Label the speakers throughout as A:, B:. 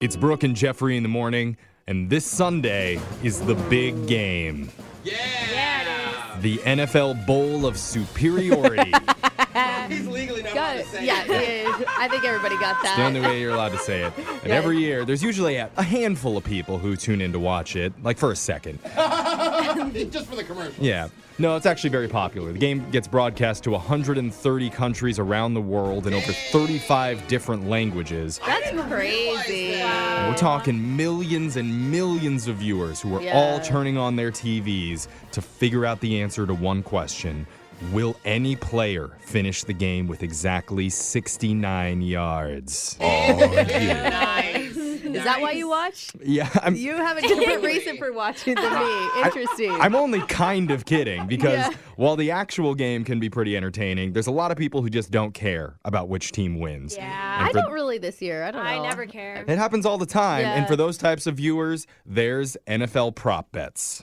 A: It's Brooke and Jeffrey in the morning, and this Sunday is the big game
B: Yeah.
A: the NFL Bowl of Superiority. it's
B: He's legally not
C: Got
B: allowed
C: it.
B: to say
C: Yeah,
B: it.
C: it is. I think everybody got that.
A: the only way you're allowed to say it. And
C: Yeah.
A: every year, there's usually a, a handful of people who tune in to watch it, like for a second.
B: Just for the commercial.
A: Yeah. No, it's actually very popular. The game gets broadcast to 130 countries around the world in over 35 different languages.
C: That's crazy.
A: We're talking millions and millions of viewers who are
C: Yeah.
A: all turning on their TVs to figure out the answer to one question Will any player finish the game with exactly 69 yards?
B: Nice.
C: Is that why you watch?
A: Yeah, I'm,
C: You have a different reason for watching than me. Interesting.
A: I'm only kind of kidding because
C: Yeah.
A: while the actual game can be pretty entertaining, there's a lot of people who just don't care about which team wins.
D: Yeah.
A: And
C: I
A: for-
C: don't really this year. I don't know.
D: I never care.
A: It happens all the time. And
C: Yeah.
A: for those types of viewers, there's NFL prop bets.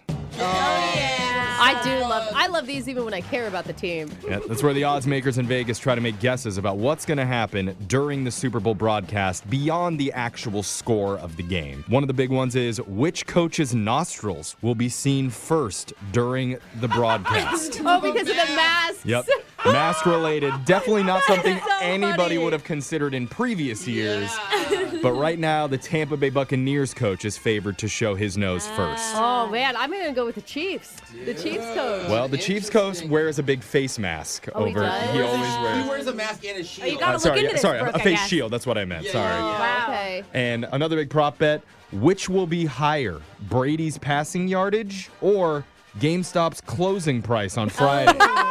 C: I do love. I love these even when I care about the team.
A: Yeah, that's where the odds makers in Vegas try to make guesses about what's going to happen during the Super Bowl broadcast beyond the actual score of the game. One of the big ones is which coach's nostrils will be seen first during the broadcast.
C: Oh, because of the masks.
A: yep. Mask related, definitely not something
C: so
A: anybody
C: funny.
A: would have considered in previous years.
B: Yeah.
A: But right now, the Tampa Bay Buccaneers coach is favored to show his nose first.
C: Oh man, I'm gonna go with the Chiefs. The Chiefs coach.
A: Well, the Chiefs coach
B: Interesting.
A: wears a big face mask
C: Oh, he
A: over.
C: does?
A: he always wears.
B: He wears a mask
C: Oh,
B: and a shield.
D: you gotta
A: Uh, sorry,
D: look into
A: yeah,
D: this,
A: sorry,
D: Brooke,
A: a
D: I
A: face
D: guess.
A: shield. That's what I meant.
B: Yeah,
A: sorry.
B: yeah,
D: Wow.
C: Okay.
A: And another big prop bet: which will be higher, Brady's passing yardage or GameStop's closing price on Friday?
B: yeah.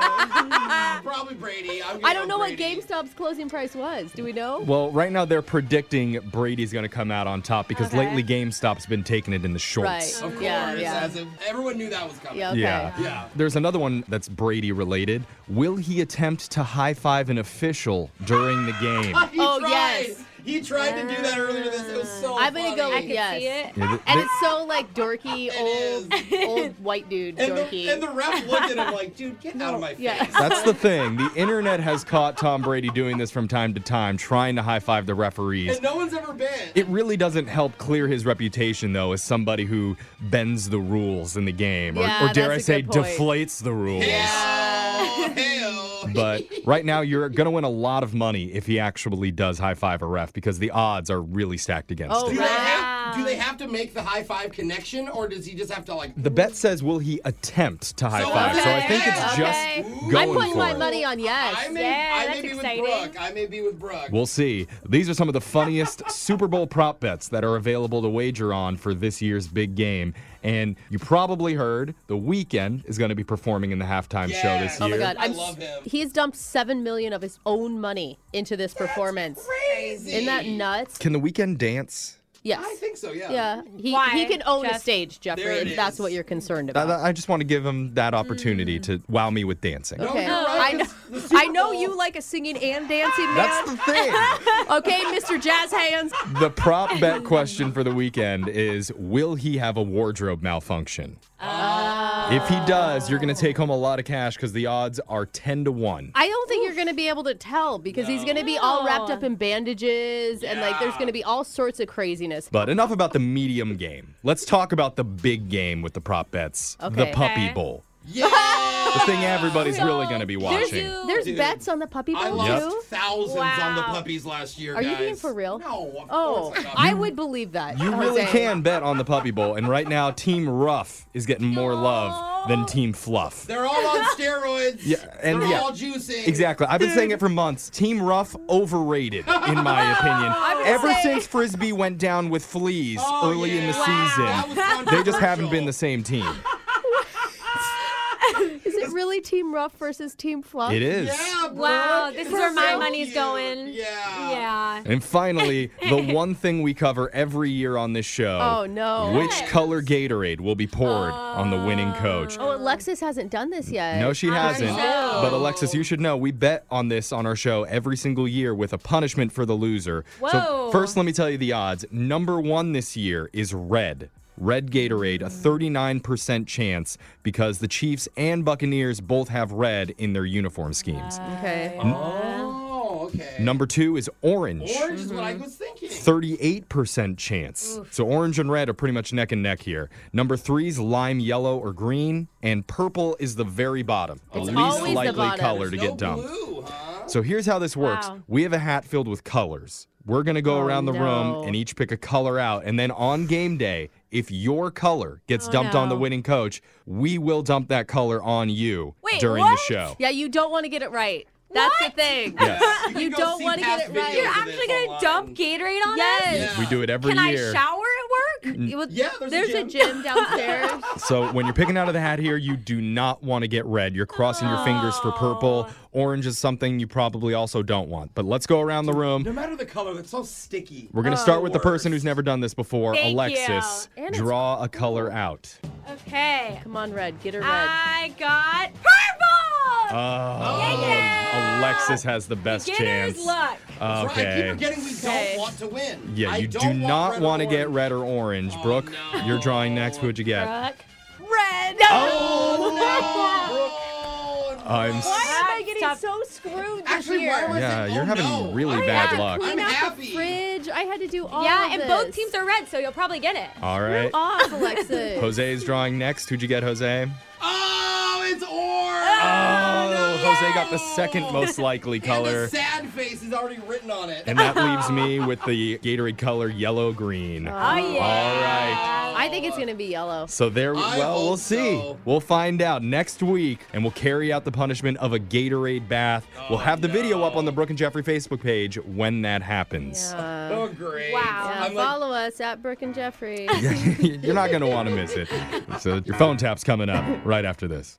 B: Probably Brady. I'm gonna
C: I don't
B: go
C: know what
B: Brady.
C: GameStop's closing price was. Do we know?
A: well, right now they're predicting Brady's going to come out on top because
D: Okay.
A: lately GameStop's been taking it in the shorts.
C: Right.
B: Of course.
C: Yeah, yeah.
B: As if everyone knew that was coming.
C: Yeah. Okay.
A: Yeah.
B: Yeah.
A: There's another one that's Brady related. Will he attempt to high five an official during the game?
B: He
C: Oh,
B: tried.
C: yes.
B: He tried to do that earlier this. It was so
C: I'm gonna go
B: funny.
D: I
C: with
D: can
C: yes.
D: see it.
A: Yeah, th-
C: And
A: they-
C: it's so like dorky,
B: It
C: old, old white dude
B: And
C: dorky.
B: the, and the ref looked at him like, dude, get out of my face.
C: yeah.
A: That's the thing. The internet has caught Tom Brady doing this from time to time, trying to high five the referees.
B: And no one's ever been.
A: It really doesn't help clear his reputation, though, as somebody who bends the rules in the game, or,
C: Yeah,
A: or dare I
C: that's a
A: say,
C: good point.
A: deflates the rules.
B: Hell, hell.
A: But right now, you're going to win a lot of money if he actually does high five a ref because the odds are really stacked against
C: Oh,
B: Do
A: him.
B: they, have,
D: Wow.
B: do they have to make the high five connection, or does he just have to like?
A: The bet says, will he attempt to high five? So I think it's
D: okay.
A: just
C: I'm
A: going
C: putting
A: for
C: my
A: it.
C: money on yes.
B: I may,
D: Yeah,
B: I
D: that's
B: may be
D: exciting.
B: with Brooke. I may be with Brooke.
A: We'll see. These are some of the funniest Super Bowl prop bets that are available to wager on for this year's big game. And you probably heard The Weeknd is going to be performing in the halftime show this
B: Yes. Oh
C: Oh
A: year.
C: my god,
B: I
C: I'm,
B: love him.
C: He's dumped seven million of his own money into this performance.
B: Crazy.
C: Isn't that nuts?
A: Can The Weeknd dance?
C: Yes.
B: I think so. Yeah.
C: yeah. He
D: Why,
C: he can own a
D: Jeff?
C: stage, Jeffrey,
B: There it
C: if that's
B: is.
C: what you're concerned
A: I,
C: about.
A: I just want to give him that opportunity to wow me with dancing.
B: No,
C: Mm. Okay.
B: you're right.
C: I
B: 'cause the Super
C: I know
B: Bowl-
C: you like a singing and dancing man.
A: That's the thing.
C: okay, Mr. Jazz Hands.
A: the prop bet question for the weekend is Will he have a wardrobe malfunction?
B: Uh,
A: If
C: Oh.
A: he does, you're going to take home a lot of cash because the odds are 10 to 1.
C: I don't think you're going to be able to tell because he's going to be all wrapped up in bandages and like there's
B: Yeah.
C: going to be all sorts of craziness.
A: But enough about the medium game. Let's talk about the big game with the prop bets, the
C: Okay.
A: Puppy
D: Okay.
A: Bowl.
B: Yeah.
A: The thing everybody's really going to be watching.
D: you.
C: There's
B: Dude.
C: bets on the puppy
B: I
C: bowl
B: lost
C: too.
B: thousands on the
D: Wow.
B: puppies last year.
C: Are you being
B: guys.
C: for real?
B: No. Of
C: Oh,
B: course not.
C: I would believe that.
A: You really
C: Jose.
A: can bet on the Puppy Bowl. And right now, Team Rough is getting more love than Team Fluff.
B: They're all on steroids.
A: Yeah, and
B: They're
A: yeah.
B: all juicing.
A: Exactly. I've been saying it for months. Team Rough overrated, in my opinion.
D: been
A: Ever
D: saying-
A: since Frisbee went down with fleas
B: Oh,
A: early in
B: yeah.
A: the
B: That
A: season,
B: was
A: they just haven't been
B: controversial.
A: the same team.
C: Is it really Team Rough versus Team Fluff?
A: It is.
B: Yeah, Brooke,
D: Wow, this
B: it's
D: is where my
B: so
D: money's
B: cute.
D: going.
B: Yeah.
D: Yeah.
A: And finally, the one thing we cover every year on this show.
C: Oh, no.
A: Which color Gatorade will be poured on the winning coach?
C: Oh, Alexis hasn't done this yet.
A: No, she hasn't.
D: no.
A: But Alexis, you should know we bet on this on our show every single year with a punishment for the loser. So
D: Whoa.
A: first, let me tell you the odds. Number one this year is red. Red Gatorade, a 39% chance because the Chiefs and Buccaneers both have red in their uniform schemes.
C: Okay.
B: Oh, okay.
A: Number two is orange.
B: Orange is what I was thinking.
A: 38% chance. So orange and red are pretty much neck and neck here. Number three is lime yellow or green, and purple is the very bottom, the
C: It's
A: least
C: always the
A: likely
C: bottom.
A: color to
B: no
A: get dumped.
B: blue, huh?
A: So here's how this works.
C: Wow.
A: We have a hat filled with colors. We're going to go
C: Oh,
A: around the
C: no.
A: room and each pick a color out. And then on game day, if your color gets
C: Oh,
A: dumped on the
C: no.
A: winning coach, we will dump that color on you
D: Wait,
A: during the
D: what?
A: show.
C: Yeah, you don't want to get it right. That's the
D: What?
C: thing.
A: Yeah.
B: You can
C: You
B: go
C: don't
B: see
C: want to get
B: past
C: it right.
B: videos
D: You're
B: Yeah,
D: actually
B: this
D: gonna
B: online.
D: dump Gatorade on us?
C: Yes.
A: We do it every
D: Can I
A: year.
D: shower at
A: Mm.
D: work?
C: It would-
B: Yeah, there's,
C: There's a gym downstairs.
A: So when you're picking out of the hat here, you do not want to get red. You're crossing your fingers for purple. Orange is something you probably also don't want. But let's go around the room.
B: No matter the color, that's so sticky.
A: We're going to
C: Oh,
A: start with the person
B: worse.
A: who's never done this before,
D: Thank you.
A: Alexis.
C: And it's
A: Draw a color out.
D: Okay.
C: Come on, red. Get her red.
D: I got purple.
A: Oh,
D: yeah.
A: Alexis has the best
D: Gator's
A: chance.
D: luck.
B: That's right, I keep
A: Okay.
B: forgetting we don't
C: Okay.
B: want to win.
A: Yeah,
B: I
A: you
B: don't
A: do
B: want
A: not
B: red
A: want to
B: or
A: get
B: orange.
A: red or orange.
B: Oh,
A: Brooke,
B: no.
A: you're drawing next. Who'd you get?
C: Brooke.
D: Red.
B: Oh, no.
A: I'm
B: What?
A: s-
C: Why am I
D: Stop.
C: getting so screwed this
B: Actually,
C: year?
B: why was
A: Yeah,
B: it?
A: you're
B: oh,
A: having
B: no.
A: really
B: I
A: bad
B: had to
A: luck.
B: clean
C: Clean
B: I'm
C: out
B: happy.
C: the fridge. I had to do all
D: yeah,
C: of
D: and
C: this.
D: both teams are red, so you'll probably get it.
A: All right.
C: off, Alexis.
A: Jose is drawing next. Who'd you get, Jose?
B: Oh, it's orange.
C: Ah!
A: Oh, Jose got the second most likely
B: And
A: color.
B: the sad face is already written on it.
A: And that leaves me with the Gatorade color yellow green.
B: Uh,
D: Oh yeah.
A: right.
C: I think it's gonna be yellow.
A: So there,
B: I
A: well, we'll
B: hope
A: see.
B: so.
A: We'll find out next week, and we'll carry out the punishment of a Gatorade bath.
B: Oh,
A: we'll have the video up on the Brooke and Jeffrey Facebook page when that happens.
C: Yeah.
B: oh, great.
D: Wow.
C: Yeah,
B: I'm like,
C: Uh, follow us at Brooke and Jeffrey.
A: You're not going to want to miss it. So your phone tap's coming up right after this.